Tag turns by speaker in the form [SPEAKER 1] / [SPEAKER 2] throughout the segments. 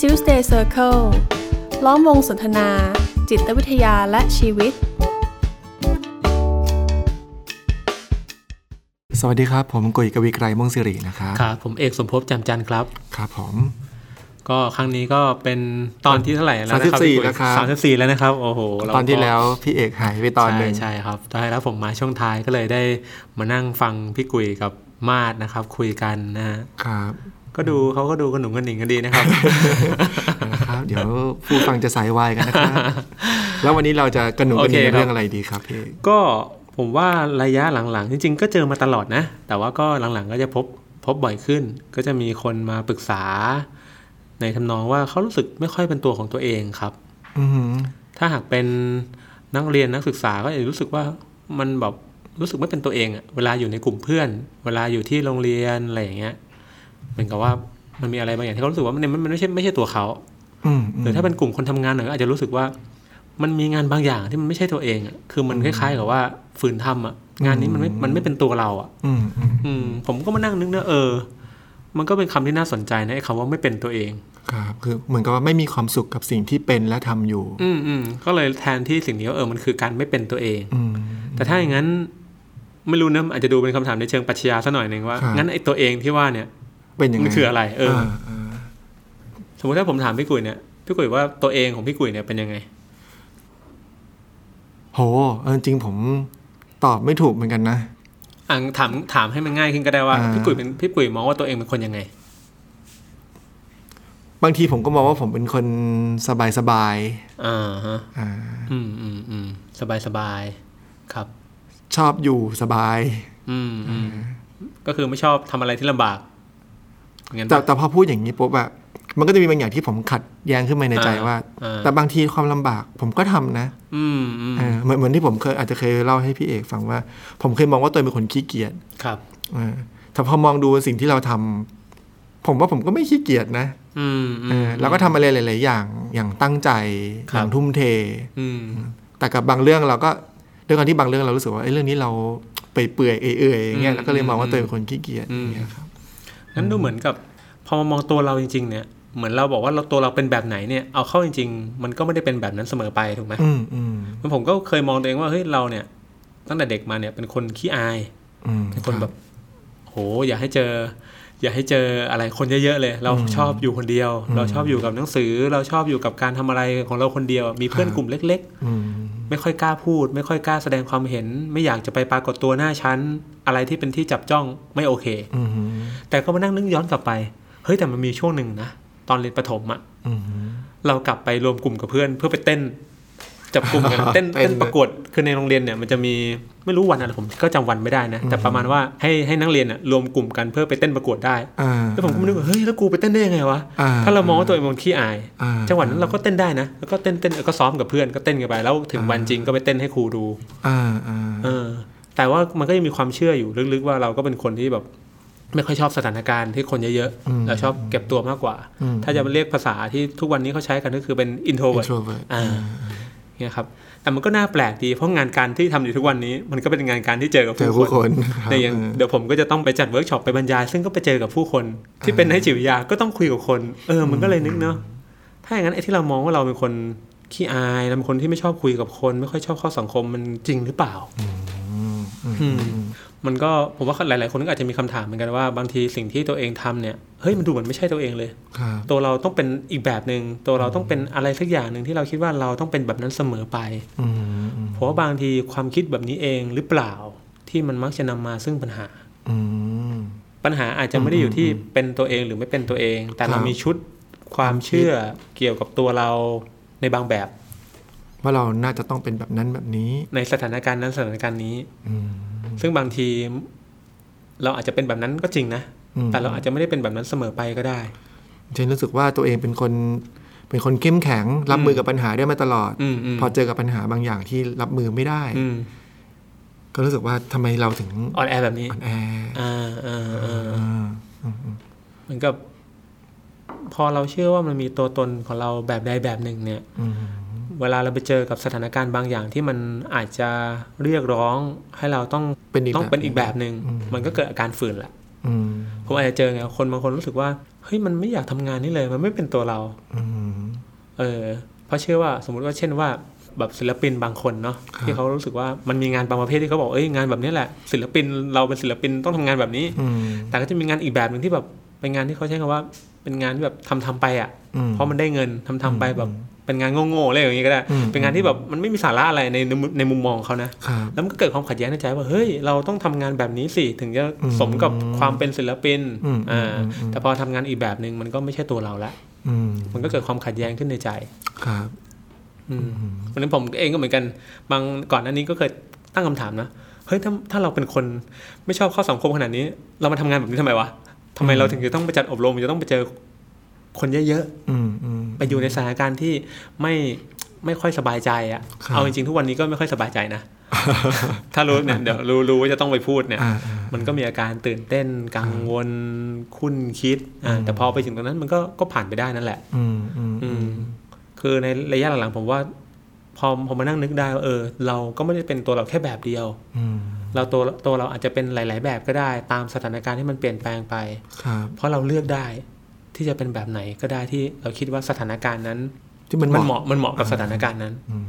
[SPEAKER 1] Tuesday Circle ล้อมวงสนทนา จิตวิทยาและชีวิต
[SPEAKER 2] สวัสดีครับ ผมกุยกวีไกรม่วงสิรินะครับ
[SPEAKER 3] ครับผมเอกสมภพจำจันทร์ครับ
[SPEAKER 2] ครับผม
[SPEAKER 3] ก็ครั้งนี้ก็เป็นตอนที่เท่าไหร่แล้ว
[SPEAKER 2] สาม
[SPEAKER 3] นะ
[SPEAKER 2] สิบ
[SPEAKER 3] ครับ
[SPEAKER 2] สี่
[SPEAKER 3] พี่ปุ๋ย
[SPEAKER 2] นะครับ
[SPEAKER 3] สามสิบสี่แล้วนะครับ โอ้โหเราก็
[SPEAKER 2] ตอนที่แล้วพี่เอกหายไปตอนหนึ่ง
[SPEAKER 3] ใช่ใช่ครับตอนแล้วผมมาช่วงท้ายก็เลยได้มานั่งฟังพี่กุยกับมาดนะครับ คุยกันนะฮะ
[SPEAKER 2] ครับ
[SPEAKER 3] ก็ดูเขาก็ดูกระหนุ่มกระหนิงกันดีนะครับ
[SPEAKER 2] นะครับ เดี๋ยวผู้ฟังจะสายวายกัน นะครับ แล้ววันนี้เราจะกระหนุกกัน
[SPEAKER 3] โอเค
[SPEAKER 2] ใน
[SPEAKER 3] ครับ
[SPEAKER 2] เรื่องอะไรดีครับพี่เอก
[SPEAKER 3] ก็ผมว่าระยะหลังๆ จริง ๆ ก็เจอมาตลอดนะ แต่ว่าก็หลังๆก็จะพบพบบ่อยขึ้น ก็จะมีคนมาปรึกษา ในทำนองว่าเขารู้สึกไม่ค่อยเป็นตัวของตัวเองครับ
[SPEAKER 2] อือหือ
[SPEAKER 3] ถ้าหากเป็นนักเรียนนักศึกษาก็จะรู้สึกว่ามันแบบรู้สึกไม่เป็นตัวเองอะเวลาอยู่ในกลุ่มเพื่อน เวลาอยู่ที่โรงเรียนอะไรอย่างเงี้ยเหมือนกับว่ามันมีอะไรบางอย่างที่เขารู้สึกว่ามันมันมันไม่ใช่ไม่ใช่ตัวเขา
[SPEAKER 2] อืม
[SPEAKER 3] หรือถ้าเป็นกลุ่มคนทำงานหน่อยก็อาจจะรู้สึกว่า มันมีงานบางอย่างที่มันไม่ใช่ตัวเองอะคือมันคล้ายๆกับว่าฝืนทำอะงานนี้มันไม่มันไม่เป็นตัวเราอะ
[SPEAKER 2] อืมอืม
[SPEAKER 3] อืม ผมก็มานั่งนึกนะเออ มันก็เป็นคำที่น่าสนใจนะไอ้คำว่าไม่เป็นตัวเอง
[SPEAKER 2] ครับคือเหมือนกับว่าไม่มีความสุขกับสิ่งที่เป็นและทำอยู่
[SPEAKER 3] อืมอืมก็เลยแทนที่สิ่งนี้ว่าเออมันคือการไม่เป็นตัวเอง
[SPEAKER 2] อืม
[SPEAKER 3] แต่ถ้าอย่างนั้นไม่รู้นะอาจจะดูเป็นคำถามในเชิงปรัชญาซะหน่อยหนึ่งว่า
[SPEAKER 2] ครับ
[SPEAKER 3] งั้นไอ้ตัวเองที่ว่าเนี่ย
[SPEAKER 2] เป็นยังไง
[SPEAKER 3] มันคืออะไรเออ
[SPEAKER 2] เออ
[SPEAKER 3] สมมติถ้าผมถามพี่กุยเนี่ยพี่กุยว่าตัวเองของพี่กุยเนี่ยเป็นยังไง
[SPEAKER 2] โหเออจริงๆผมตอบไม่ถูกเหมือนกันนะ
[SPEAKER 3] อ่ะถามถามให้มันง่ายขึ้นก็ได้ว่า
[SPEAKER 2] อ่า
[SPEAKER 3] พี่กุยเป็นพี่กุยมองว่าตัวเองเป็นคนยังไง
[SPEAKER 2] บางทีผมก็มองว่าผมเป็นคนสบายสบาย
[SPEAKER 3] อ่าฮะ
[SPEAKER 2] ๆอ่า
[SPEAKER 3] อืมอืมอืมสบายสบายครับ
[SPEAKER 2] ชอบอยู่สบาย
[SPEAKER 3] อืมอืมก็คือไม่ชอบทำอะไรที่ลำบากงั้น
[SPEAKER 2] แต่
[SPEAKER 3] ปะ
[SPEAKER 2] แต่พอพูดอย่างนี้ปุ๊บอะมันก็จะมีบางอย่างที่ผมขัดแย้งขึ้นมาในใจ
[SPEAKER 3] อ่า
[SPEAKER 2] ว่า
[SPEAKER 3] อ่า
[SPEAKER 2] แต่บางทีความลำบากผมก็ทำนะ
[SPEAKER 3] อืมอืม
[SPEAKER 2] เออเหมือนเหมือนที่ผมเคยอาจจะเคยเล่าให้พี่เอกฟังว่า ผมเคยมองว่าตัวเองเป็นคนขี้เกียจ
[SPEAKER 3] ครับ
[SPEAKER 2] เออแต่พอมองดูสิ่งที่เราทำผมว่าผมก็ไม่ขี้เกียจนะ
[SPEAKER 3] อืมอื
[SPEAKER 2] เอ
[SPEAKER 3] ม
[SPEAKER 2] อเราก็ทำอะไรหลาย ๆ อย่างอย่างตั้งใจ
[SPEAKER 3] ค
[SPEAKER 2] อ
[SPEAKER 3] รับ
[SPEAKER 2] ย่างทุ่มเท
[SPEAKER 3] อืม
[SPEAKER 2] แต่กับบางเรื่องเราก็ด้วยการที่บางเรื่องเรารู้สึกว่าเอ้ยเรื่องนี้เราไปเปื่อยๆเอื่อยๆอย่างเงี้ยเราก็เลยมองว่าตัวเองเป็นคนขี้เกียจอย่างเงี้ยครับ
[SPEAKER 3] งั้นดูเหมือนกับ พอมามองตัวเราจริง ๆ เนี่ย เหมือนเราบอกว่าเราตัวเราเป็นแบบไหนเนี่ยเอาเข้าจริง ๆ มันก็ไม่ได้เป็นแบบนั้นเสมอไปถูกไหม
[SPEAKER 2] อืมอืม
[SPEAKER 3] มันผมก็เคยมองตัวเองว่าเฮ้ยเราเนี่ย ตั้งแต่เด็กมาเนี่ยเป็นคนขี้อาย
[SPEAKER 2] อืม
[SPEAKER 3] เป็นคนแบบ โห อย่าให้เจอ อย่าให้เจออะไรคนเยอะๆเลย เราชอบอยู่คนเดียว เราชอบอยู่กับหนังสือ เราชอบอยู่กับการทำอะไรของเราคนเดียว มีเพื่อนกลุ่มเล็ก ๆ
[SPEAKER 2] อืม
[SPEAKER 3] ไม่ค่อยกล้าพูด ไม่ค่อยกล้าแสดงความเห็น ไม่อยากจะไปปรากฏตัวหน้าชั้น อะไรที่เป็นที่จับจ้องไม่โอเค
[SPEAKER 2] อืมอืม
[SPEAKER 3] แต่ก็มานั่งนึกย้อนกลับไป เฮ้ยแต่มันมีช่วงหนึ่งนะ ตอนเรียนประถมอะ
[SPEAKER 2] อืม
[SPEAKER 3] เรากลับไปรวมกลุ่มกับเพื่อน เพื่อไปเต้น จับกลุ่ม กัน เต้น
[SPEAKER 2] เต้น
[SPEAKER 3] เต้นประกวดคือในโรงเรียนเนี่ยมันจะมีไม่รู้วันอะไรผมก็จำวันไม่ได้นะ แต่ประมาณว่าให้ให้นักเรียนอะรวมกลุ่มกันเพื่อไปเต้นประกวดได้
[SPEAKER 2] า
[SPEAKER 3] แล้วผมก็ไม่รู้ว่าเฮ้ยแล้วกูไปเต้นได้ยังไงวะ
[SPEAKER 2] อ่า
[SPEAKER 3] ถ้าเรามองว่าตัวเองเป็นคนขี้อาย
[SPEAKER 2] อ่า
[SPEAKER 3] จังหวะนั้นเราก็เต้นได้นะ แล้วก็เต้นเต้นก็ซ้อมกับเพื่อนก็เต้นกันไปแล้วถึงวันจริงก็ไปเต้นให้ครูดู
[SPEAKER 2] อ่าอ่า
[SPEAKER 3] เออ แต่ว่ามันก็ยังมีความเชื่ออยู่ลึกๆว่าเราก็เป็นคนที่แบบ ไม่ค่อยชอบสถานการณ์ที่คนเยอะๆเราชอบเก็บตัวมากกว่า ถ้าจะเรียกภาษาที่ทุกวันนี้เขาใช้กันก็คือเป็น introvert
[SPEAKER 2] โทรเวิร์ด
[SPEAKER 3] อ่าเนี่ยครับ แต่มันก็น่าแปลกดีเพราะงานการที่ทำอยู่ทุกวันนี้ มันก็เป็นงานการที่เจอกับ
[SPEAKER 2] เจอ
[SPEAKER 3] ผู้
[SPEAKER 2] ผู้
[SPEAKER 3] ค
[SPEAKER 2] คน นครับ
[SPEAKER 3] ในอย่างเดี๋ยวผมก็จะต้องไปจัดเวิร์กช็อปไปบรรยาย ซึ่งก็ไปเจอกับผู้คน ที่เป็นนักจิตวิทยาก็ต้องคุยกับคน เออ มันก็เลยนึกเนาะถ้าอย่างนั้นไอ้ที่เรามองว่าเราเป็นคนขี้อายเราเป็นคนที่ไม่ชอบคุยกับคน ไม่ค่อยชอบเข้าสังคมมันจริงหรือเปล่า
[SPEAKER 2] อืม
[SPEAKER 3] มันก็ผมว่าหลาย ๆ คนก็อาจจะมีคำถามเหมือนกันว่าบางทีสิ่งที่ตัวเองทำเนี่ยเฮ้ยมันดูเหมือนไม่ใช่ตัวเองเลย
[SPEAKER 2] ครับ
[SPEAKER 3] ตัวเราต้องเป็นอีกแบบหนึง่งตัวเราต้องเป็นอะไรสักอย่างหนึ่งที่เราคิดว่าเราต้องเป็นแบบนั้นเสมอไป
[SPEAKER 2] อืมอืม
[SPEAKER 3] เพราะว่าบางทีความคิดแบบนี้เองหรือเปล่าที่มันมักจะนำมาซึ่งปัญหา
[SPEAKER 2] อืม
[SPEAKER 3] ปัญหาอาจจะไม่ได้อยู่ที่เป็นตัวเองหรือไม่เป็นตัวเอง แต่เรา
[SPEAKER 2] ครับ
[SPEAKER 3] มีชุดความเชื่อเกี่ยวกับตัวเราในบางแบบ
[SPEAKER 2] ว่าเราน่าจะต้องเป็นแบบนั้นแบบนี้
[SPEAKER 3] ในสถานการณ์นั้นสถานการณ์นี้
[SPEAKER 2] อืม
[SPEAKER 3] ซึ่งบางทีเราอาจจะเป็นแบบนั้นก็จริงนะ
[SPEAKER 2] อืม
[SPEAKER 3] แต่เราอาจจะไม่ได้เป็นแบบนั้นเสมอไปก็ได้
[SPEAKER 2] ฉันรู้สึกว่าตัวเองเป็นคน เป็นคนเข้มแข็ง รับมือกับปัญหาได้มาตลอด
[SPEAKER 3] อืมอืม
[SPEAKER 2] พอเจอกับปัญหาบางอย่างที่รับมือไม่ได้
[SPEAKER 3] อืม
[SPEAKER 2] ก็รู้สึกว่าทำไมเราถึง
[SPEAKER 3] อ่อนแอแบบนี้
[SPEAKER 2] อ่อนแอ
[SPEAKER 3] อ่าอ่าอ่า
[SPEAKER 2] อ่าอืมอืม
[SPEAKER 3] เหมือนกับ พอเราเชื่อว่ามันมีตัวตนของเราแบบใดแบบหนึ่งเนี่ย
[SPEAKER 2] อืม
[SPEAKER 3] เวลาเราไปเจอกับสถานการณ์บางอย่างที่มันอาจจะเรียกร้องให้เราต้อง
[SPEAKER 2] เป็นอีก
[SPEAKER 3] ต้อง
[SPEAKER 2] แบบ
[SPEAKER 3] เป็นอีกแบบหนึ่งมันก็เกิดอาการฝืนแหละ
[SPEAKER 2] อืม
[SPEAKER 3] ผ ผมอาจจะเจอไงคนบางคนรู้สึกว่าเฮ้ยมันไม่อยากทำงานนี่เลย มันไม่เป็นตัวเรา
[SPEAKER 2] อืม
[SPEAKER 3] เออเพราะเชื่อว่าสมมุติว่าเช่นว่าแบบศิลปินบางคนเนาะ
[SPEAKER 2] ครับ
[SPEAKER 3] ที่เขารู้สึกว่ามันมีงานบางประเภทที่เขาบอกเอ้ยงานแบบนี้แหละ ศิลปินเราเป็นศิลปินต้องทำงานแบบนี้
[SPEAKER 2] อืม
[SPEAKER 3] แต่ก็จะมีงานอีกแบบหนึ่งที่แบบเป็นงานที่เขาใช้คำว่าเป็นงานที่แบบทำทำๆไปอ่ะ
[SPEAKER 2] อืม
[SPEAKER 3] เพราะมันได้เงินทำทำๆไปแบบเป็นงานโง่ๆอะไรอย่างงี้ก็ได้
[SPEAKER 2] อืม
[SPEAKER 3] เป็นงานที่แบบมันไม่มีสาระอะไรในในมุมในมุมมองเขานะ
[SPEAKER 2] ครับ
[SPEAKER 3] แล้วมันก็เกิดความขัดแย้งในใจว่าเฮ้ยเราต้องทำงานแบบนี้สิถึงจะ
[SPEAKER 2] อืม
[SPEAKER 3] สมกับความเป็นศิลปิน
[SPEAKER 2] อืม
[SPEAKER 3] อ่า
[SPEAKER 2] อืมอืม
[SPEAKER 3] แต่พอทำงานอีกแบบหนึ่งมันก็ไม่ใช่ตัวเราละ
[SPEAKER 2] อืม
[SPEAKER 3] มันก็เกิดความขัดแย้งขึ้นในใจ
[SPEAKER 2] ครับ
[SPEAKER 3] อืมวันนั้นผมเองก็เหมือนกัน บางก่อนหน้านี้ก็เคยตั้งคำถามนะ เฮ้ยถ้าถ้าเราเป็นคนไม่ชอบเข้าสังคมขนาดนี้ เรามาทำงานแบบนี้ทำไมวะทำไมเราถึงจะต้องไปจัดอบรมจะต้องไปเจอคนเยอะ
[SPEAKER 2] อืมอืม
[SPEAKER 3] ๆไปอยู่ในสถานการณ์ที่ไม่ไม่ค่อยสบายใจอะ่ะ
[SPEAKER 2] ครับ
[SPEAKER 3] เอาจริงๆทุกวันนี้ก็ไม่ค่อยสบายใจนะ ถ้ารู้เนี่ยเดี๋ยวรู้รู้ว่าจะต้องไปพูดเนี่ย
[SPEAKER 2] อ่าอ่า
[SPEAKER 3] มันก็มีอาการตื่นเต้นกังวลคุ้นคิดอ่าแต่พอไปถึงตรงนั้นมันก็ก็ผ่านไปได้นั่นแหละ
[SPEAKER 2] อืมอืม
[SPEAKER 3] อืมคือในระยะหลังๆผมว่าพอผมมานั่งนึกได้ว่าเออ เราก็ไม่ได้เป็นตัวเราแค่แบบเดียว
[SPEAKER 2] อืม
[SPEAKER 3] เราตัวตัวเราอาจจะเป็นหลาย ๆ แบบก็ได้ ตามสถานการณ์ที่มันเปลี่ยนแปลงไป
[SPEAKER 2] ครับ
[SPEAKER 3] เพราะเราเลือกได้ที่จะเป็นแบบไหนก็ได้ที่เราคิดว่าสถานการณ์นั้น
[SPEAKER 2] ที่มัน
[SPEAKER 3] มันเห
[SPEAKER 2] เหมาะ
[SPEAKER 3] มาะมันเหมาะกับสถานการณ์นั้น
[SPEAKER 2] อืม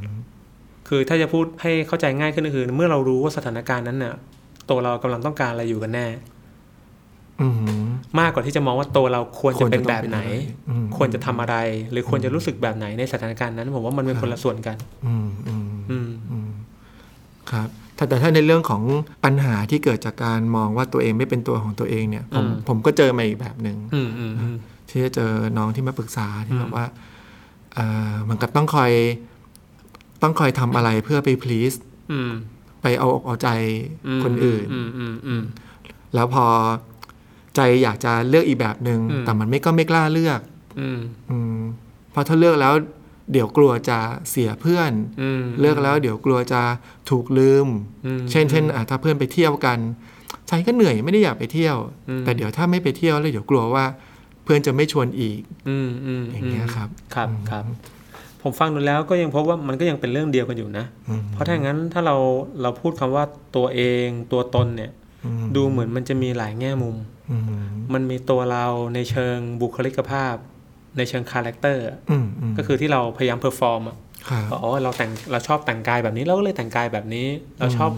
[SPEAKER 3] คือถ้าจะพูดให้เข้าใจง่ายขึ้นก็คือ เมื่อเรารู้ว่าสถานการณ์นั้นน่ะ ตัวเรากำลังต้องการอะไรอยู่กันแน่
[SPEAKER 2] อืม
[SPEAKER 3] มากกว่าที่จะมองว่าตัวเราควรจะเป็นแบบไหน
[SPEAKER 2] อืม
[SPEAKER 3] ควรจะทำอะไร หรือควรจะรู้สึกแบบไหนในสถานการณ์นั้น ผมว่ามันเป็นคนละส่วนกัน
[SPEAKER 2] อืมอืม
[SPEAKER 3] อืม
[SPEAKER 2] อืมครับแต่แต่ถ้าในเรื่องของปัญหาที่เกิดจากการมองว่าตัวเองไม่เป็นตัวของตัวเองเนี่ย ผม
[SPEAKER 3] อืม
[SPEAKER 2] ผมก็เจอมาอีกแบบหนึ่ง
[SPEAKER 3] อืมอืมอืม
[SPEAKER 2] ที่จะเจอน้องที่มาปรึกษาที่
[SPEAKER 3] อืม
[SPEAKER 2] แบบว่าเอ่อเหมือนกับต้องคอย ต้องคอยทำอะไรเพื่อไป please
[SPEAKER 3] อืม
[SPEAKER 2] ไปเอาอกเอาใจ
[SPEAKER 3] อืม
[SPEAKER 2] คนอื่น
[SPEAKER 3] อืมอืมอืม
[SPEAKER 2] แล้วพอใจอยากจะเลือกอีกแบบหนึง่ง
[SPEAKER 3] อืม
[SPEAKER 2] แต่มันไม่ก็ไม่กล้าเลือก
[SPEAKER 3] อืม
[SPEAKER 2] อืมเพราะถ้าเลือกแล้ว เดี๋ยวกลัวจะเสียเพื่อน
[SPEAKER 3] อืม
[SPEAKER 2] เลือกแล้วเดี๋ยวกลัวจะถูกลืม
[SPEAKER 3] อืม
[SPEAKER 2] เช่นเช่นอ่ะถ้าเพื่อนไปเที่ยวกันฉันก็เหนื่อยไม่ได้อยากไปเที่ยว
[SPEAKER 3] อืม
[SPEAKER 2] แต่เดี๋ยวถ้าไม่ไปเที่ยวแล้วเดี๋ยวกลัวว่า เพื่อนจะไม่ชวนอีก
[SPEAKER 3] อืมอืม
[SPEAKER 2] อย่างเงี้ยครับ
[SPEAKER 3] ครับครับ ผมฟังดูแล้วก็ยังพบว่ามันก็ยังเป็นเรื่องเดียวกันอยู่นะ
[SPEAKER 2] อืม
[SPEAKER 3] เพราะถ้างั้นถ้าเราเราพูดคำว่าตัวเองตัวตนเนี่ย
[SPEAKER 2] อืม
[SPEAKER 3] ดูเหมือนมันจะมีหลายแง่มุม
[SPEAKER 2] อืม
[SPEAKER 3] มันมีตัวเราในเชิงบุคลิกภาพ ในเชิงคาแรคเตอร์
[SPEAKER 2] อืมม
[SPEAKER 3] ก็คือที่เราพยายามเพอร์ฟอร์มอะ
[SPEAKER 2] ครับ
[SPEAKER 3] ว่าอ๋อเราแต่งเราชอบแต่งกายแบบนี้เราก็เลยแต่งกายแบบนี้ เราชอบ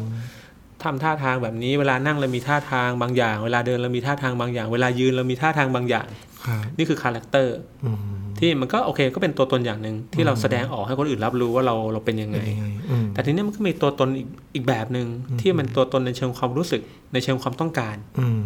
[SPEAKER 3] ทำท่าทางแบบนี้เวลานั่งเรามีท่าทางบางอย่าง เวลาเดินเรามีท่าทางบางอย่าง เวลายืนเรามีท่าทางบางอย่าง
[SPEAKER 2] ครับ
[SPEAKER 3] นี่คือคาแรคเตอร์
[SPEAKER 2] อืม
[SPEAKER 3] ที่มันก็โอเคก็เป็นตัวตนอย่างหนึ่งที่เราแสดงออกให้คนอื่นรับรู้ว่าเราเราเป็นยังไง
[SPEAKER 2] เป็นยังไงอืม
[SPEAKER 3] แต่ทีนี้มันก็มีตัวตนอีกอีกแบบหนึ่งที่มันตัวตนในเชิงความรู้สึกในเชิงความต้องการ
[SPEAKER 2] อืม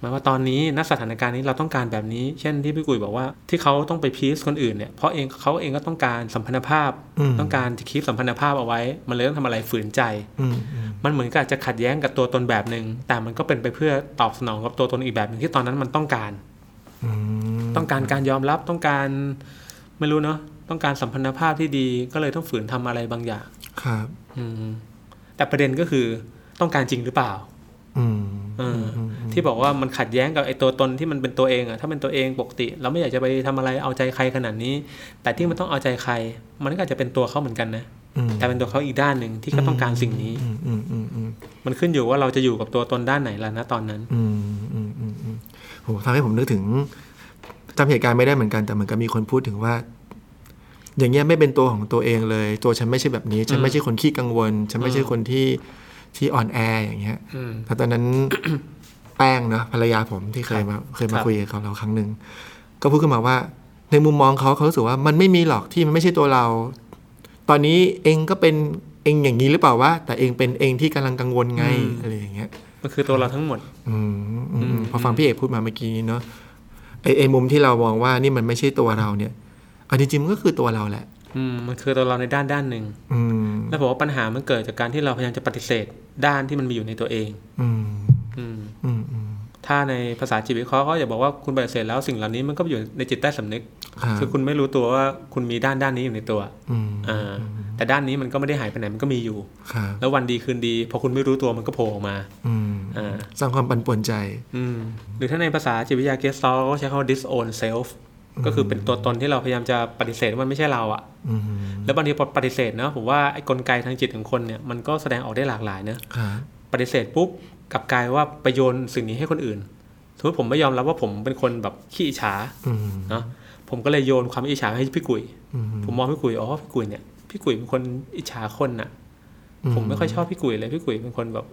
[SPEAKER 3] หมายว่าตอนนี้ณสถานการณ์นี้เราต้องการแบบนี้ เช่นที่พี่กุยบอกว่าที่เขาต้องไปพีซคนอื่นเนี่ยเพราะเองเขาเองก็ต้องการสัมพันธภาพ
[SPEAKER 2] ม
[SPEAKER 3] ต้องการจะคีบสัมพันธภาพเอาไว้ มันเลยต้องทำอะไรฝืนใจ
[SPEAKER 2] อืมอืม
[SPEAKER 3] มันเหมือนกับอาจจะขัดแย้งกับตัวตนแบบหนึ่งแต่มันก็เป็นไปเพื่อตอบสนองกับตัวตนอีกแบบหนึ่งที่ตอนนั้นมันต้องการ
[SPEAKER 2] อืม
[SPEAKER 3] ต้องการการยอมรับต้องการไม่รู้เนาะต้องการสัมพันธภาพที่ดีก็เลยต้องฝืนทำอะไรบางอย่าง
[SPEAKER 2] ครับ
[SPEAKER 3] อืมแต่ประเด็นก็คือต้องการจริงหรือเปล่า
[SPEAKER 2] อืม
[SPEAKER 3] เอออ
[SPEAKER 2] อืม
[SPEAKER 3] ที่บอกว่ามันขัดแย้งกับไอ้ตัวตนที่มันเป็นตัวเองอะถ้าเป็นตัวเองปกติ เราไม่อยากจะไปทำอะไรเอาใจใครขนาดนี้ แต่ที่มันต้องเอาใจใคร มันก็อาจจะเป็นตัวเขาเหมือนกันนะ
[SPEAKER 2] อืม
[SPEAKER 3] แต่เป็นตัวเขาอีกด้านหนึ่งที่ก็ต้องการสิ่งนี้
[SPEAKER 2] อืมอืมอืมอืม
[SPEAKER 3] มันขึ้นอยู่ว่าเราจะอยู่กับตัวตนด้านไหนล่ะนะตอนนั้น
[SPEAKER 2] อืมอืมอืมอืมโหทำให้ผมนึกถึงจำเหตุการณ์ไม่ได้เหมือนกันแต่เหมือนกับมีคนพูดถึงว่า อย่างเงี้ยไม่เป็นตัวของตัวเองเลย ตัวฉันไม่ใช่แบบนี้ ฉันไม่ใช่คนขี้กังวล ฉันไม่ใช่คนที่ที่อ่อนแออย่างเงี้ย
[SPEAKER 3] อืม
[SPEAKER 2] แต่ตอนนั้น แป้งเนาะภรรยาผมที่เคยมาเคยมา
[SPEAKER 3] ครับ
[SPEAKER 2] คุยกับเราครั้งหนึ่งก็พูดขึ้นมาว่า ในมุมมองเขาเขารู้สึกว่ามันไม่มีหรอกที่มันไม่ใช่ตัวเรา ตอนนี้เองก็เป็นเองอย่างนี้หรือเปล่าวะแต่เองเป็นเองที่กำลังกังวลไงอะไรอย่างเงี้ย
[SPEAKER 3] มันคือตัวเราทั้งหมด
[SPEAKER 2] อืมอืม
[SPEAKER 3] อืม
[SPEAKER 2] พอฟังพี่เอกพูดมาเมื่อกี้นี้เนาะไอไอมุมที่เรามองว่านี่มันไม่ใช่ตัวเราเนี่ยอันจริงๆมันก็คือตัวเราแหละ
[SPEAKER 3] อืมมันคือตัวเราในด้านด้านหนึ่ง
[SPEAKER 2] อืม
[SPEAKER 3] แล้วผมว่าปัญหามันเกิดจากการที่เราพยายามจะปฏิเสธด้านที่มันมีอยู่ในตัวเอง
[SPEAKER 2] อืม
[SPEAKER 3] อืม
[SPEAKER 2] อืมอืม
[SPEAKER 3] ถ้าในภาษาจิตวิเคราะห์ก็จะบอกว่าคุณปฏิเสธแล้วสิ่งเหล่านี้มันก็อยู่ในจิตใต้สำนึก
[SPEAKER 2] ครับ
[SPEAKER 3] คือคุณไม่รู้ตัวว่าคุณมีด้านด้านนี้อยู่ในตัว
[SPEAKER 2] อืม
[SPEAKER 3] อ่า แต่ด้านนี้มันก็ไม่ได้หายไปไหนมันก็มีอยู่
[SPEAKER 2] ครับ
[SPEAKER 3] แล้ววันดีคืนดี พอคุณไม่รู้ตัวมันก็โผล่ออกมา
[SPEAKER 2] อืม
[SPEAKER 3] อ่า
[SPEAKER 2] สร้างความปั่นป่วนใจ
[SPEAKER 3] อืมหรือถ้าในภาษาจิตวิทยาเกสซอลก็ใช้คำว่า disown self ก็คือเป็นตัวตนที่เราพยายามจะปฏิเสธว่ามันไม่ใช่เราอะ
[SPEAKER 2] อืม
[SPEAKER 3] แล้วบางทีพอปฏิเสธเนอะผมว่าไอ้กลไกทางจิตของคนเนี่ยมันก็แสดงออกได้หลากหลายเนอะ
[SPEAKER 2] ครับ
[SPEAKER 3] ปฏิเสธปุ๊บกลับกลายว่าไปโยนสิ่งนี้ให้คนอื่น สมมติผมไม่ยอมรับว่าผมเป็นคนแบบขี้อิจฉา
[SPEAKER 2] อืม
[SPEAKER 3] เนาะผมก็เลยโยนความอิจฉาให้พี่กุย
[SPEAKER 2] อืม
[SPEAKER 3] ผมมองพี่กุยอ๋อพี่กุยเนี่ยพี่กุยเป็นคนอิจฉาคนน่ะ ผมไม่ค่อยชอบพี่กุยเลยพี่กุยเป็นคนแบบ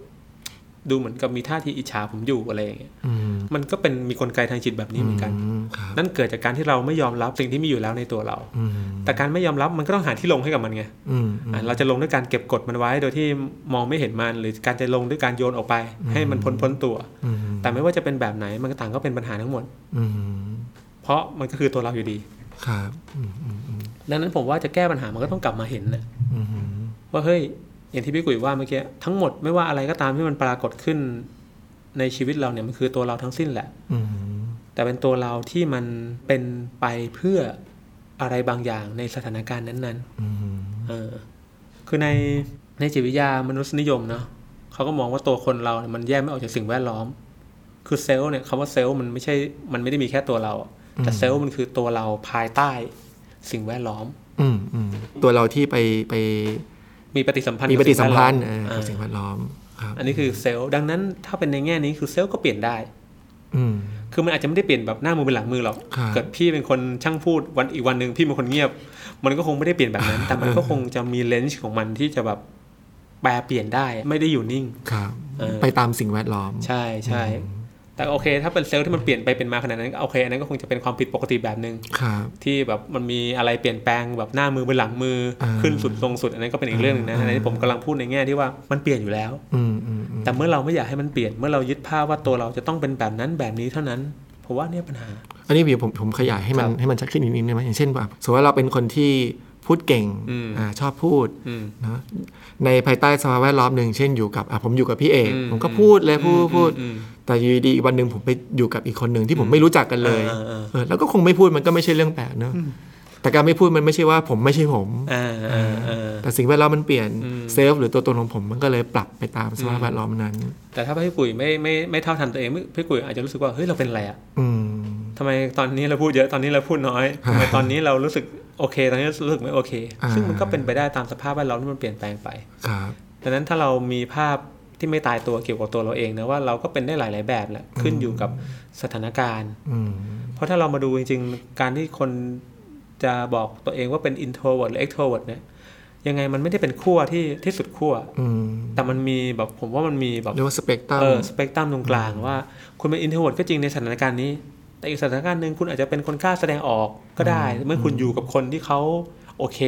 [SPEAKER 3] ดูเหมือนกับมีท่าทีอิจฉาผมอยู่อะไรอย่างเงี้ย
[SPEAKER 2] อืม
[SPEAKER 3] มันก็เป็นมีกลไกทางจิตแบบนี้เหมือนกัน
[SPEAKER 2] อืมครับ
[SPEAKER 3] นั่นเกิดจากการที่เราไม่ยอมรับสิ่งที่มีอยู่แล้วในตัวเรา
[SPEAKER 2] อืม
[SPEAKER 3] แต่การไม่ยอมรับมันก็ต้องหาที่ลงให้กับมันไง
[SPEAKER 2] อืมอืม
[SPEAKER 3] อ่ะเราจะลงด้วยการเก็บกดมันไว้โดยที่มองไม่เห็นมัน หรือการจะลงด้วยการโยนออกไป ให้มันพ้นพ้นตัว
[SPEAKER 2] อืม
[SPEAKER 3] แต่ไม่ว่าจะเป็นแบบไหนมันก็ต่างก็เป็นปัญหาทั้งหมด
[SPEAKER 2] อืม
[SPEAKER 3] เพราะมันก็คือตัวเราอยู่ดี
[SPEAKER 2] ครับอืมอืมอืม
[SPEAKER 3] ดังนั้นผมว่าจะแก้ปัญหามันก็ต้องกลับมาเห็นนะ
[SPEAKER 2] อืม
[SPEAKER 3] ว่าเฮ้ยอย่างที่พี่กุยว่าเมื่อกี้ทั้งหมดไม่ว่าอะไรก็ตามที่มันปรากฏขึ้น ในชีวิตเราเนี่ยมันคือตัวเราทั้งสิ้นแหละ
[SPEAKER 2] อืม
[SPEAKER 3] แต่เป็นตัวเราที่มันเป็นไปเพื่ออะไรบางอย่างในสถานการณ์นั้น
[SPEAKER 2] อืม
[SPEAKER 3] ๆเออคือในในจิตวิทยามนุษยนิยมเนาะเขาก็มองว่าตัวคนเราเนี่ยมันแยกไม่ออกจากสิ่งแวดล้อม คือเซลล์เนี่ยคำว่าเซลล์มันไม่ใช่มันไม่ได้มีแค่ตัวเราอะแต่เซลล์มันคือตัวเราภายใต้สิ่งแวดล้อม
[SPEAKER 2] อืมอืมตัวเราที่ไปไป
[SPEAKER 3] มีปฏิสัมพันธ์
[SPEAKER 2] มีปฏิสัมพันธ์
[SPEAKER 3] กับ
[SPEAKER 2] เอ
[SPEAKER 3] สิ่ง
[SPEAKER 2] อ
[SPEAKER 3] แวดล้อม
[SPEAKER 2] กับสิ่งแวดล้อมครับ
[SPEAKER 3] อันนี้คือเซลล์ดังนั้นถ้าเป็นในแง่นี้คือเซลล์ก็เปลี่ยนได้
[SPEAKER 2] อืม
[SPEAKER 3] คือมันอาจจะไม่ได้เปลี่ยนแบบหน้ามือเป็นหลังมือหรอก
[SPEAKER 2] ครับ
[SPEAKER 3] เกิดพี่เป็นคนช่างพูดวันอีกวันหนึ่งพี่เป็นคนเงียบ มันก็คงไม่ได้เปลี่ยนแบบ นั้น แต่มันก็คงจะมีเลนส์ของมันที่จะแบบแปลเปลี่ยนได้ไม่ได้อยู่นิ่ง
[SPEAKER 2] ครับ
[SPEAKER 3] เออ
[SPEAKER 2] ไปตามสิ่งแวดล้อม
[SPEAKER 3] ใช่ใช่แต่โอเค ถ้าเป็นเซลล์ที่มันเปลี่ยนไปเป็นมาขนาดนั้นก็โอเคอันนั้นก็คงจะเป็นความผิดปกติแบบหนึ่ง
[SPEAKER 2] ครับ
[SPEAKER 3] ที่แบบมันมีอะไรเปลี่ยนแปลงแบบหน้ามือเป็นหลังมืออาขึ้นสุดลงสุดอันนั้นก็เป็นอีกเรื่องหนึงนะ
[SPEAKER 2] อ่า
[SPEAKER 3] อันนี้ผมกำลังพูดในแง่ที่ว่ามันเปลี่ยนอยู่แล้ว
[SPEAKER 2] อืมอืมอืม
[SPEAKER 3] แต่เมื่อเราไม่อยากให้มันเปลี่ยนเมื่อเรายึดภาพว่าตัวเราจะต้องเป็นแบบนั้นแบบนี้เท่านั้นผมว่าเนี่ยปัญหา
[SPEAKER 2] อันนี้พี่ผมผมขยายให้มัน
[SPEAKER 3] ครับ
[SPEAKER 2] ให้มันชัดขึ้นอีกนิดนึงไหมอย่างเช่นแบบสมมติว่าเราเป็นคนที่พูดเก่ง
[SPEAKER 3] อืม
[SPEAKER 2] อ่าชอบพูด
[SPEAKER 3] อืม
[SPEAKER 2] นะในภายใต้สภาพแวดล้อมหนึ่งเช่นอยู่กับอ่ะผมอยู่กับพี่เอก
[SPEAKER 3] อืม
[SPEAKER 2] ผมก็พูดเลยพูด
[SPEAKER 3] อืม
[SPEAKER 2] พูด
[SPEAKER 3] อืม
[SPEAKER 2] แต่อยู่ดีๆวันหนึ่งผมไปอยู่กับอีกคนหนึ่งที่ผมไม่รู้จักกันเลย
[SPEAKER 3] อ่าอ่า
[SPEAKER 2] เออแล้วก็คงไม่พูดมันก็ไม่ใช่เรื่องแปลกเนอะแต่การไม่พูดมันไม่ใช่ว่าผมไม่ใช่ผม
[SPEAKER 3] อ่าอ่าอ่า
[SPEAKER 2] แต่สิ่งแวดล้อมมันเปลี่ยน
[SPEAKER 3] อืม
[SPEAKER 2] เซลฟ์หรือตัวตนของผมมันก็เลยปรับไปตามสภาพแวดล้อมนั้น
[SPEAKER 3] แต่ถ้าพี่กุยไม่ไม่ไม่เท่าทันตัวเองพี่กุยอาจจะรู้สึกว่าเฮ้ยเราเป็นอะไรอะ
[SPEAKER 2] อืม
[SPEAKER 3] ทำไมตอนนี้เราพูดเยอะตอนนี้เราพูดน้ อยทำไมตอนนี้เรารู้สึกโอเค ตอนนี้รู้สึกไม่โอเค
[SPEAKER 2] อ่า
[SPEAKER 3] ซึ่งมันก็เป็นไปได้ตามสภาพแวดล้อมที่มันเปลี่ยนแปลงไป
[SPEAKER 2] ครับ
[SPEAKER 3] ดังนั้นถ้าเรามีภาพที่ไม่ตายตัวเกี่ยวกับตัวเราเองนะว่าเราก็เป็นได้หลาย ๆ แบบแหละขึ้นอยู่กับสถานการณ์
[SPEAKER 2] อืม
[SPEAKER 3] เพราะถ้าเรามาดูจริง ๆ การที่คนจะบอกตัวเองว่าเป็น introvert หรือ extrovert เนี่ยยังไงมันไม่ได้เป็นขั้วที่ที่สุดขั้ว
[SPEAKER 2] อืม
[SPEAKER 3] แต่มันมีแบบผมว่ามันมีแบบ
[SPEAKER 2] เรียกว่าสเปกตรัม
[SPEAKER 3] เออสเปกตรัมตรงกลางว่าคุณเป็นอินเทอร์เวิร์ดก็จริงในสถานการณ์นี้ แต่อีกสถานการณ์หนึ่งคุณอาจจะเป็นคนกล้าแสดงออกก็ได้ เมื่อคุณอยู่กับคนที่เขาโอเค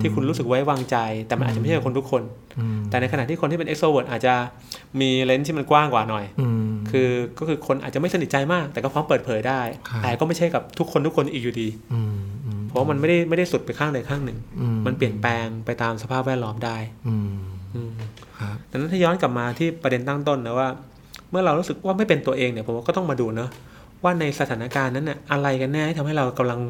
[SPEAKER 3] ที่คุณรู้สึกไว้วางใจ แต่มันอาจจะไม่ใช่คนทุกคน
[SPEAKER 2] อืม
[SPEAKER 3] แต่ในขณะที่คนที่เป็นเอ็กโซเวิร์ดอาจจะมีเลนส์ที่มันกว้างกว่าหน่อย
[SPEAKER 2] อืม
[SPEAKER 3] คือก็คือคนอาจจะไม่สนิทใจมาก แต่ก็พร้อมเปิดเผยได้
[SPEAKER 2] ครับ
[SPEAKER 3] แต่ก็ไม่ใช่กับทุกคนทุกคนอีกอยู่ดี
[SPEAKER 2] อืมอืม
[SPEAKER 3] เพราะว่ามันไม่ได้ไม่ได้สุดไปข้างใดข้างหนึ่ง
[SPEAKER 2] อืม
[SPEAKER 3] มันเปลี่ยนแปลงไปตามสภาพแวดล้อมได้
[SPEAKER 2] อืม
[SPEAKER 3] อืม
[SPEAKER 2] ครับ
[SPEAKER 3] ดังนั้นถ้าย้อนกลับมาที่ประเด็นตั้งต้นนะว่า เมื่อเรารู้สึกว่าไม่เป็นตัวเองเนี่ยผมว่าก็ต้องมาดูเนอะว่าในสถานการณ์นั้นน่ะอะไรกันแน่ที่ทำให้เรากำลัง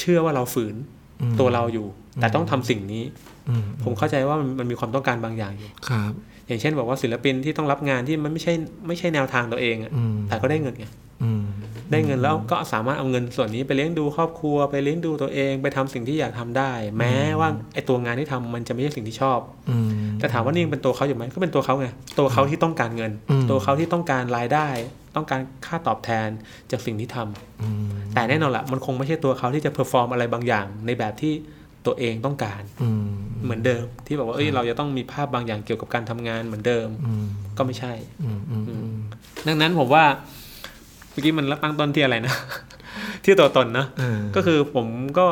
[SPEAKER 3] เชื่อว่าเราฝืน
[SPEAKER 2] อืม
[SPEAKER 3] ตัวเราอยู่ แต่ต้องทำสิ่งนี้
[SPEAKER 2] อืม
[SPEAKER 3] ผมเข้าใจว่ามันมันมีความต้องการบางอย่างอยู่
[SPEAKER 2] ครับ
[SPEAKER 3] อย่างเช่นบอกว่าศิลปินที่ต้องรับงานที่มันไม่ใช่ไม่ใช่แนวทางตัวเองอะ
[SPEAKER 2] อืม
[SPEAKER 3] แต่ก็ได้เงินไง
[SPEAKER 2] อืม
[SPEAKER 3] ได้เงินแล้วก็สามารถเอาเงินส่วนนี้ไปเลี้ยงดูครอบครัวไปเลี้ยงดูตัวเองไปทำสิ่งที่อยากทำได้ แม้ว่าไอตัวงานที่ทำมันจะไม่ใช่สิ่งที่ชอบ
[SPEAKER 2] อืม
[SPEAKER 3] แต่ถามว่านี่ยังเป็นตัวเขาอยู่ไหมก็เป็นตัวเขาไงตัวเขาที่ต้องการเงิน
[SPEAKER 2] อืม
[SPEAKER 3] ตัวเขาที่ต้องการรายได้ ต้องการค่าตอบแทนจากสิ่งที่ทำ
[SPEAKER 2] อืม
[SPEAKER 3] แต่แน่นอนละมันคงไม่ใช่ตัวเขาที่จะเพอร์ฟอร์มอะไรบางอย่าง ในแบบที่ตัวเองต้องการ
[SPEAKER 2] อืม
[SPEAKER 3] เหมือนเดิม ที่บอกว่าเอ้ยเราจะต้องมีภาพบางอย่างเกี่ยวกับการทำงานเหมือนเดิม
[SPEAKER 2] อืม
[SPEAKER 3] ก็ไม่ใช่
[SPEAKER 2] อืมอืมอืม
[SPEAKER 3] ดังนั้นผมว่าเมื่อกี้มันตั้งต้นที่อะไรนะ ที่ตัวตนนะ
[SPEAKER 2] เออ
[SPEAKER 3] ก็คือผมก็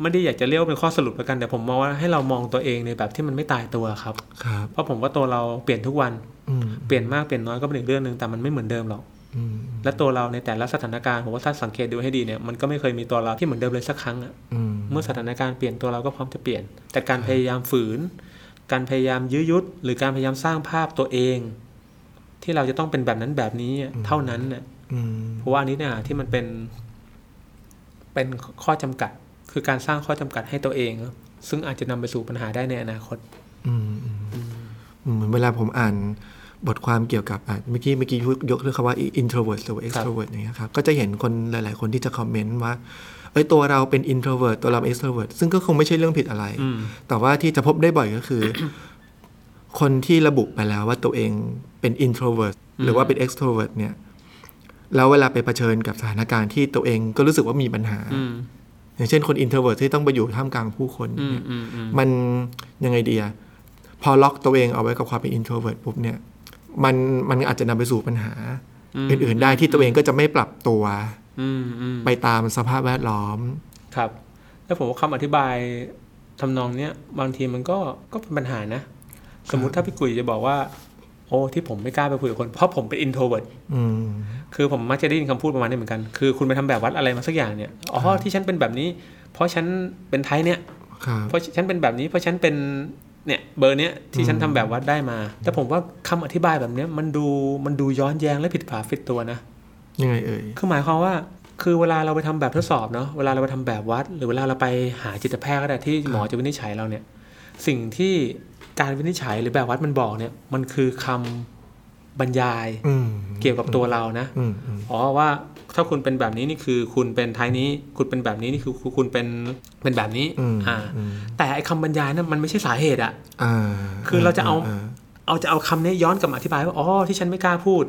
[SPEAKER 3] ไม่ได้อยากจะเรียกว่าเป็นข้อสรุปแล้วกันแต่ผมมองว่าให้เรามองตัวเองในแบบที่มันไม่ตายตัวครับ
[SPEAKER 2] ครับ
[SPEAKER 3] เพราะผมว่าตัวเราเปลี่ยนทุกวัน
[SPEAKER 2] อืม
[SPEAKER 3] เปลี่ยนมากเปลี่ยนน้อยก็เป็นอีกเรื่องหนึ่งแต่มันไม่เหมือนเดิมหรอก
[SPEAKER 2] อืม
[SPEAKER 3] และตัวเราในแต่ละสถานการณ์ผมว่าถ้าสังเกตดูให้ดีเนี่ยมันก็ไม่เคยมีตัวเราที่เหมือนเดิมเลยสักครั้งอะ
[SPEAKER 2] อืม
[SPEAKER 3] เมื่อสถานการณ์เปลี่ยนตัวเราก็พร้อมจะเปลี่ยน แต่การพยายามฝืน การพยายามยื้อยุด หรือการพยายามสร้างภาพตัวเอง ที่เราจะต้องเป็นแบบนั้นแบบนี้อะเท่านั้นน่ะ
[SPEAKER 2] อืม
[SPEAKER 3] เพราะว่าอันนี้เนี่ยที่มันเป็น เป็นข้อจำกัด คือการสร้างข้อจำกัดให้ตัวเอง ซึ่งอาจจะนำไปสู่ปัญหาได้ในอนาคต
[SPEAKER 2] อืมอืมอืมเหมือนเวลาผมอ่านบทความเกี่ยวกับอ่ะเมื่อกี้เมื่อกี้ยกเรื่องคำว่า introvert หรือว่า extrovert อย่างเงี้ยครับก็จะเห็นคนหลาย ๆ คนที่จะคอมเมนต์ว่าเอ้ยตัวเราเป็น introvert ตัวเราเป็น extrovert ซึ่งก็คงไม่ใช่เรื่องผิดอะไร
[SPEAKER 3] อืม
[SPEAKER 2] แต่ว่าที่จะพบได้บ่อยก็คือ คนที่ระบุไปแล้วว่าตัวเองเป็น introvert หรือว่าเป็น extrovert เนี่ย แล้วเวลาไปเผชิญกับสถานการณ์ที่ตัวเองก็รู้สึกว่ามีปัญหา
[SPEAKER 3] อืม
[SPEAKER 2] อย่างเช่นคนอินเทอร์เวิร์ที่ต้องไปอยู่ท่ามกลางผู้คน
[SPEAKER 3] อืม
[SPEAKER 2] เนี่ย
[SPEAKER 3] อืมอืม
[SPEAKER 2] มันยังไงดีอะพอล็อกตัวเองเอาไว้กับความเป็นอินเทอร์เวิร์ปุ๊บเนี่ยมันมันอาจจะนำไปสู่ปัญหา อื่นๆได้ที่ตัวเองก็จะไม่ปรับตัว
[SPEAKER 3] อืมอืม
[SPEAKER 2] ไปตามสภาพแวดล้อม
[SPEAKER 3] ครับ แล้วผมว่าคำอธิบายทำนองเนี้ยบางทีมันก็ก็เป็นปัญหานะ สมมุติถ้าพี่กุยจะบอกว่า โอ้ที่ผมไม่กล้าไปคุยกับคน เพราะผมเป็นอินโทรเวิร์
[SPEAKER 2] อืม
[SPEAKER 3] คือผมมักจะได้ยินคำพูดประมาณนี้เหมือนกัน คือคุณไปทำแบบวัดอะไรมาสักอย่างเนี่ยอ๋อที่ฉันเป็นแบบนี้ เพราะฉันเป็นไทยเนี่ย
[SPEAKER 2] ครับ
[SPEAKER 3] เพราะฉันเป็นแบบนี้เพราะฉันเป็นเนี่ยเบอร์เนี้ยที่ฉันทำแบบวัดได้มา แต่ผมว่าคำอธิบายแบบเนี้ยมันดูมันดูย้อนแย้งและผิดฝาผิดตัวนะ
[SPEAKER 2] ยังไงเอ่ย
[SPEAKER 3] คือหมายความว่าคือเวลาเราไปทำแบบทดสอบเนาะเวลาเราไปทำแบบวัด หรือเวลาเราไปหาจิตแพทย์ก็ได้ที่หมอจะวินิจฉัยเราเนี่ย สิ่งที่การวินิจฉัยหรือแบบวัดมันบอกเนี่ยมันคือคำบรรยาย
[SPEAKER 2] อืม
[SPEAKER 3] เกี่ยวกับตัวเรานะ
[SPEAKER 2] อืมอืม
[SPEAKER 3] อ๋อว่าถ้าคุณเป็นแบบนี้นี่คือคุณเป็นไทยนี้ คุณเป็นแบบนี้นี่คือคุณเป็นเป็นแบบนี้
[SPEAKER 2] อืม
[SPEAKER 3] อ่า
[SPEAKER 2] อืม
[SPEAKER 3] แต่ไอ้คำบรรยายนั้นมันไม่ใช่สาเหตุอะ
[SPEAKER 2] อ่า
[SPEAKER 3] คือเราจะเอา
[SPEAKER 2] อ่
[SPEAKER 3] เอาจะเอาคำนี้ย้อนกลับมาอธิบายว่าอ๋อที่ฉันไม่กล้าพูด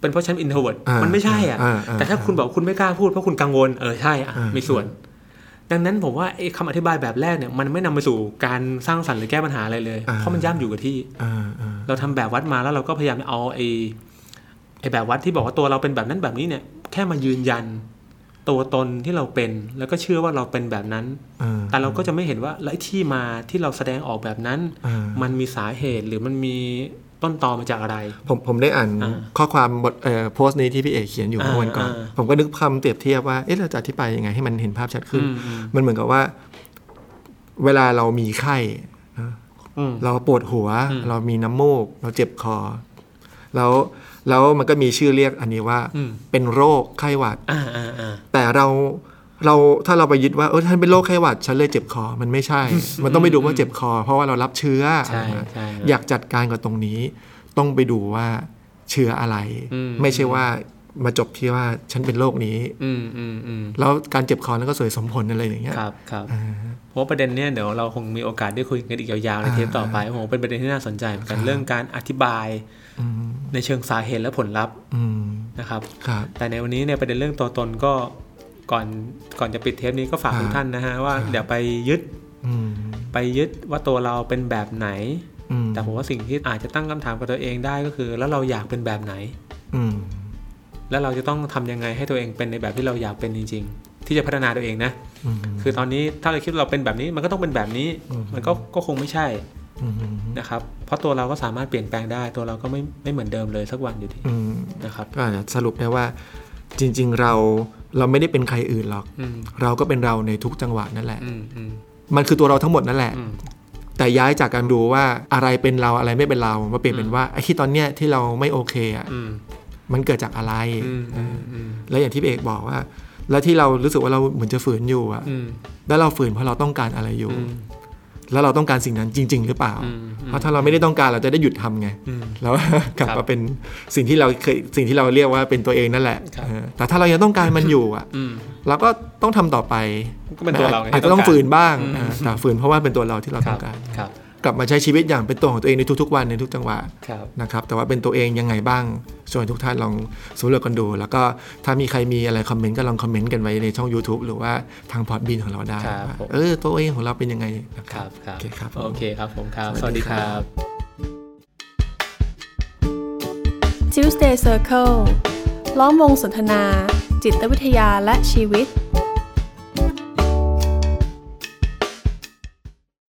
[SPEAKER 3] เป็นเพราะฉันอินโทรเวิร์ด
[SPEAKER 2] อ่ามั
[SPEAKER 3] มันไม่ใช่อ่ะ
[SPEAKER 2] อ่าอ่า
[SPEAKER 3] แต่ถ้าคุณบอกคุณไม่กล้าพูดเพราะคุณกังวลเออใช่อ่ะ
[SPEAKER 2] อ่ามี
[SPEAKER 3] มีส่วน ดังนั้นผมว่าไอ้คำอธิบายแบบแรกเนี่ยมันไม่นำไปสู่การสร้างสรรค์หรือแก้ปัญหาอะไรเลยเพราะมันย่ำอยู่กับที่
[SPEAKER 2] อ่าอ่า
[SPEAKER 3] เราทำแบบวัดมาแล้วเราก็พยายามเอาไอ้ไอ้แบบวัดที่บอกว่าตัวเราเป็นแบบนั้นแบบนี้เนี่ย แค่มายืนยัน ตัวตนที่เราเป็น แล้วก็เชื่อว่าเราเป็นแบบนั้น
[SPEAKER 2] อ่า
[SPEAKER 3] แต่เราก็จะไม่เห็นว่าแล้วไอ้ที่มาที่เราแสดงออกแบบนั้น
[SPEAKER 2] อ่า
[SPEAKER 3] มันมีสาเหตุหรือมันมีต้นตอมาจากอะไร
[SPEAKER 2] ผมผมได้อ่าน
[SPEAKER 3] อ่า
[SPEAKER 2] ข้อความบทเอ่อโพสต์นี้ที่พี่เอกเขียนอยู่
[SPEAKER 3] อ่า
[SPEAKER 2] เมื่อวันก่อน
[SPEAKER 3] อ่า
[SPEAKER 2] ผมก็นึกคำเปรียบเทียบว่า เอ๊ะเราจะอธิบายยังไงให้มันเห็นภาพชัดขึ้น
[SPEAKER 3] อืมอืม
[SPEAKER 2] มันเหมือนกับว่า เวลาเรามีไข้นะ
[SPEAKER 3] อืม
[SPEAKER 2] เราปวดหัว
[SPEAKER 3] อืม
[SPEAKER 2] เรามีน้ำมูก เราเจ็บคอ แล้วแล้วมันก็มีชื่อเรียกอันนี้ว่า
[SPEAKER 3] อืม
[SPEAKER 2] เป็นโรคไข้หวัด
[SPEAKER 3] อ่าอ่าอ่า
[SPEAKER 2] แต่เราเราถ้าเราไปยึดว่าเออฉันเป็นโรคไข้หวัดฉันเลยเจ็บคอ มันไม่ใช่ มันต้องไปดูว่าเจ็บคอ เพราะว่าเรารับเชื้อ
[SPEAKER 3] ใช่
[SPEAKER 2] อะไรมา
[SPEAKER 3] ใช่
[SPEAKER 2] อยากจัดการกับตรงนี้ต้องไปดูว่าเชื้ออะไร
[SPEAKER 3] อืม
[SPEAKER 2] ไม่ใช่ว่ามาจบที่ว่าฉันเป็นโรคนี้
[SPEAKER 3] อืมอืมอืม
[SPEAKER 2] แล้วการเจ็บคอนั้นก็สวยสมผลอะไรอย่างเงี้ย
[SPEAKER 3] ครับครับ
[SPEAKER 2] อ่า
[SPEAKER 3] เพราะว่าประเด็นเนี้ยเดี๋ยวเราคงมีโอกาสได้คุยกันอีกยาวๆใน
[SPEAKER 2] อ่า
[SPEAKER 3] เทปต่อไปโอ้โหเป็นประเด็นที่น่าสนใจเหมือนกันเรื่องการอธิบาย
[SPEAKER 2] อืม
[SPEAKER 3] ในเชิงสาเหตุและผลลัพธ์
[SPEAKER 2] อืม
[SPEAKER 3] นะครับ
[SPEAKER 2] ครับ
[SPEAKER 3] แต่ในวันนี้เนี่ยประเด็นเรื่องตัวตนก็ก่อนก่อนจะปิดเทปนี้ก็ฝากทุก
[SPEAKER 2] อ่า
[SPEAKER 3] ท่านนะฮะว่าอย่าไปยึด
[SPEAKER 2] อืม
[SPEAKER 3] ไปยึดว่าตัวเราเป็นแบบไหน
[SPEAKER 2] อืม
[SPEAKER 3] แต่ผมว่าสิ่งที่อาจจะตั้งคำถามกับตัวเองได้ก็คือ แล้วเราอยากเป็นแบบไหน
[SPEAKER 2] อืม
[SPEAKER 3] แล้วเราจะต้องทำยังไงให้ตัวเองเป็นในแบบที่เราอยากเป็นจริง ๆ ที่จะพัฒนาตัวเองนะ
[SPEAKER 2] อืม
[SPEAKER 3] คือตอนนี้ถ้าเราคิดว่าเราเป็นแบบนี้มันก็ต้องเป็นแบบนี้ มันก็ก็คงไม่ใช่
[SPEAKER 2] อืม
[SPEAKER 3] นะครับ เพราะตัวเราก็สามารถเปลี่ยนแปลงได้ ตัวเราก็ไม่ไม่เหมือนเดิมเลยสักวันอยู่ดี
[SPEAKER 2] อืม
[SPEAKER 3] นะครับ
[SPEAKER 2] ก็อาจจะสรุปได้ว่า จริง ๆ เราเราไม่ได้เป็นใครอื่นหรอก
[SPEAKER 3] อืม
[SPEAKER 2] เราก็เป็นเราในทุกจังหวะนั่นแหละ
[SPEAKER 3] อืมอืม
[SPEAKER 2] มันคือตัวเราทั้งหมดนั่นแหละ
[SPEAKER 3] อืม
[SPEAKER 2] แต่ย้ายจากการดูว่าอะไรเป็นเราอะไรไม่เป็นเรามาเปลี่ยนเป็นว่าไอ้ที่ตอนเนี้ยที่เราไม่โอเคอะ
[SPEAKER 3] อืม
[SPEAKER 2] มันเกิดจากอะไร
[SPEAKER 3] อืมอืมอืม
[SPEAKER 2] แล้วอย่างที่พี่เอกบอกว่า แล้วที่เรารู้สึกว่าเราเหมือนจะฝืนอยู่อะ
[SPEAKER 3] อืม
[SPEAKER 2] แล้วเราฝืนเพราะเราต้องการอะไรอยู่
[SPEAKER 3] อืม
[SPEAKER 2] แล้วเราต้องการสิ่งนั้นจริง ๆ หรือเปล่า
[SPEAKER 3] อืมอืม
[SPEAKER 2] เพราะถ้าเราไม่ได้ต้องการเราจะได้หยุดทำไง
[SPEAKER 3] อืม
[SPEAKER 2] แล้ว กลับ
[SPEAKER 3] ครับ
[SPEAKER 2] มาเป็นสิ่งที่เราเคยสิ่งที่เราเรียกว่าเป็นตัวเองนั่นแหละ
[SPEAKER 3] ครับ
[SPEAKER 2] เออแต่ถ้าเรายังต้องการมันอยู่อะ
[SPEAKER 3] อืม
[SPEAKER 2] เราก็ต้องทำต่อไป
[SPEAKER 3] ก็เป็นตัวเราไง
[SPEAKER 2] อาจจะต้องฝืนบ้าง
[SPEAKER 3] อืม
[SPEAKER 2] เออแต่ฝืนเพราะว่าเป็นตัวเราที่เรา
[SPEAKER 3] ค
[SPEAKER 2] ต้
[SPEAKER 3] รั
[SPEAKER 2] อบ งการ
[SPEAKER 3] ครับ
[SPEAKER 2] กลับมาใช้ชีวิตอย่างเป็นตัวของตัวเองในทุกๆวันในทุกจังหวะ
[SPEAKER 3] ครับ
[SPEAKER 2] นะครับแต่ว่าเป็นตัวเองยังไงบ้างชวนทุกท่านลองสำรวจกันดู แล้วก็ถ้ามีใครมีอะไรคอมเมนต์ก็ลองคอมเมนต์กันไว้ในช่อง YouTube หรือว่าทางพอดบีนของเราได้
[SPEAKER 3] ครับ
[SPEAKER 2] ว่า
[SPEAKER 3] ผม
[SPEAKER 2] เออตัวเองของเราเป็นยังไงนะค
[SPEAKER 3] ค
[SPEAKER 2] รั
[SPEAKER 3] รับ บครับ
[SPEAKER 2] โอเคครับผม
[SPEAKER 3] โอเคครับผมครับ ส
[SPEAKER 2] สวั
[SPEAKER 3] วัส
[SPEAKER 2] สดี
[SPEAKER 3] ดีค
[SPEAKER 2] ครั
[SPEAKER 3] รับ
[SPEAKER 2] บ
[SPEAKER 1] Tuesday Circle ล้อมวงสนทนา จิตวิทยาและชีวิต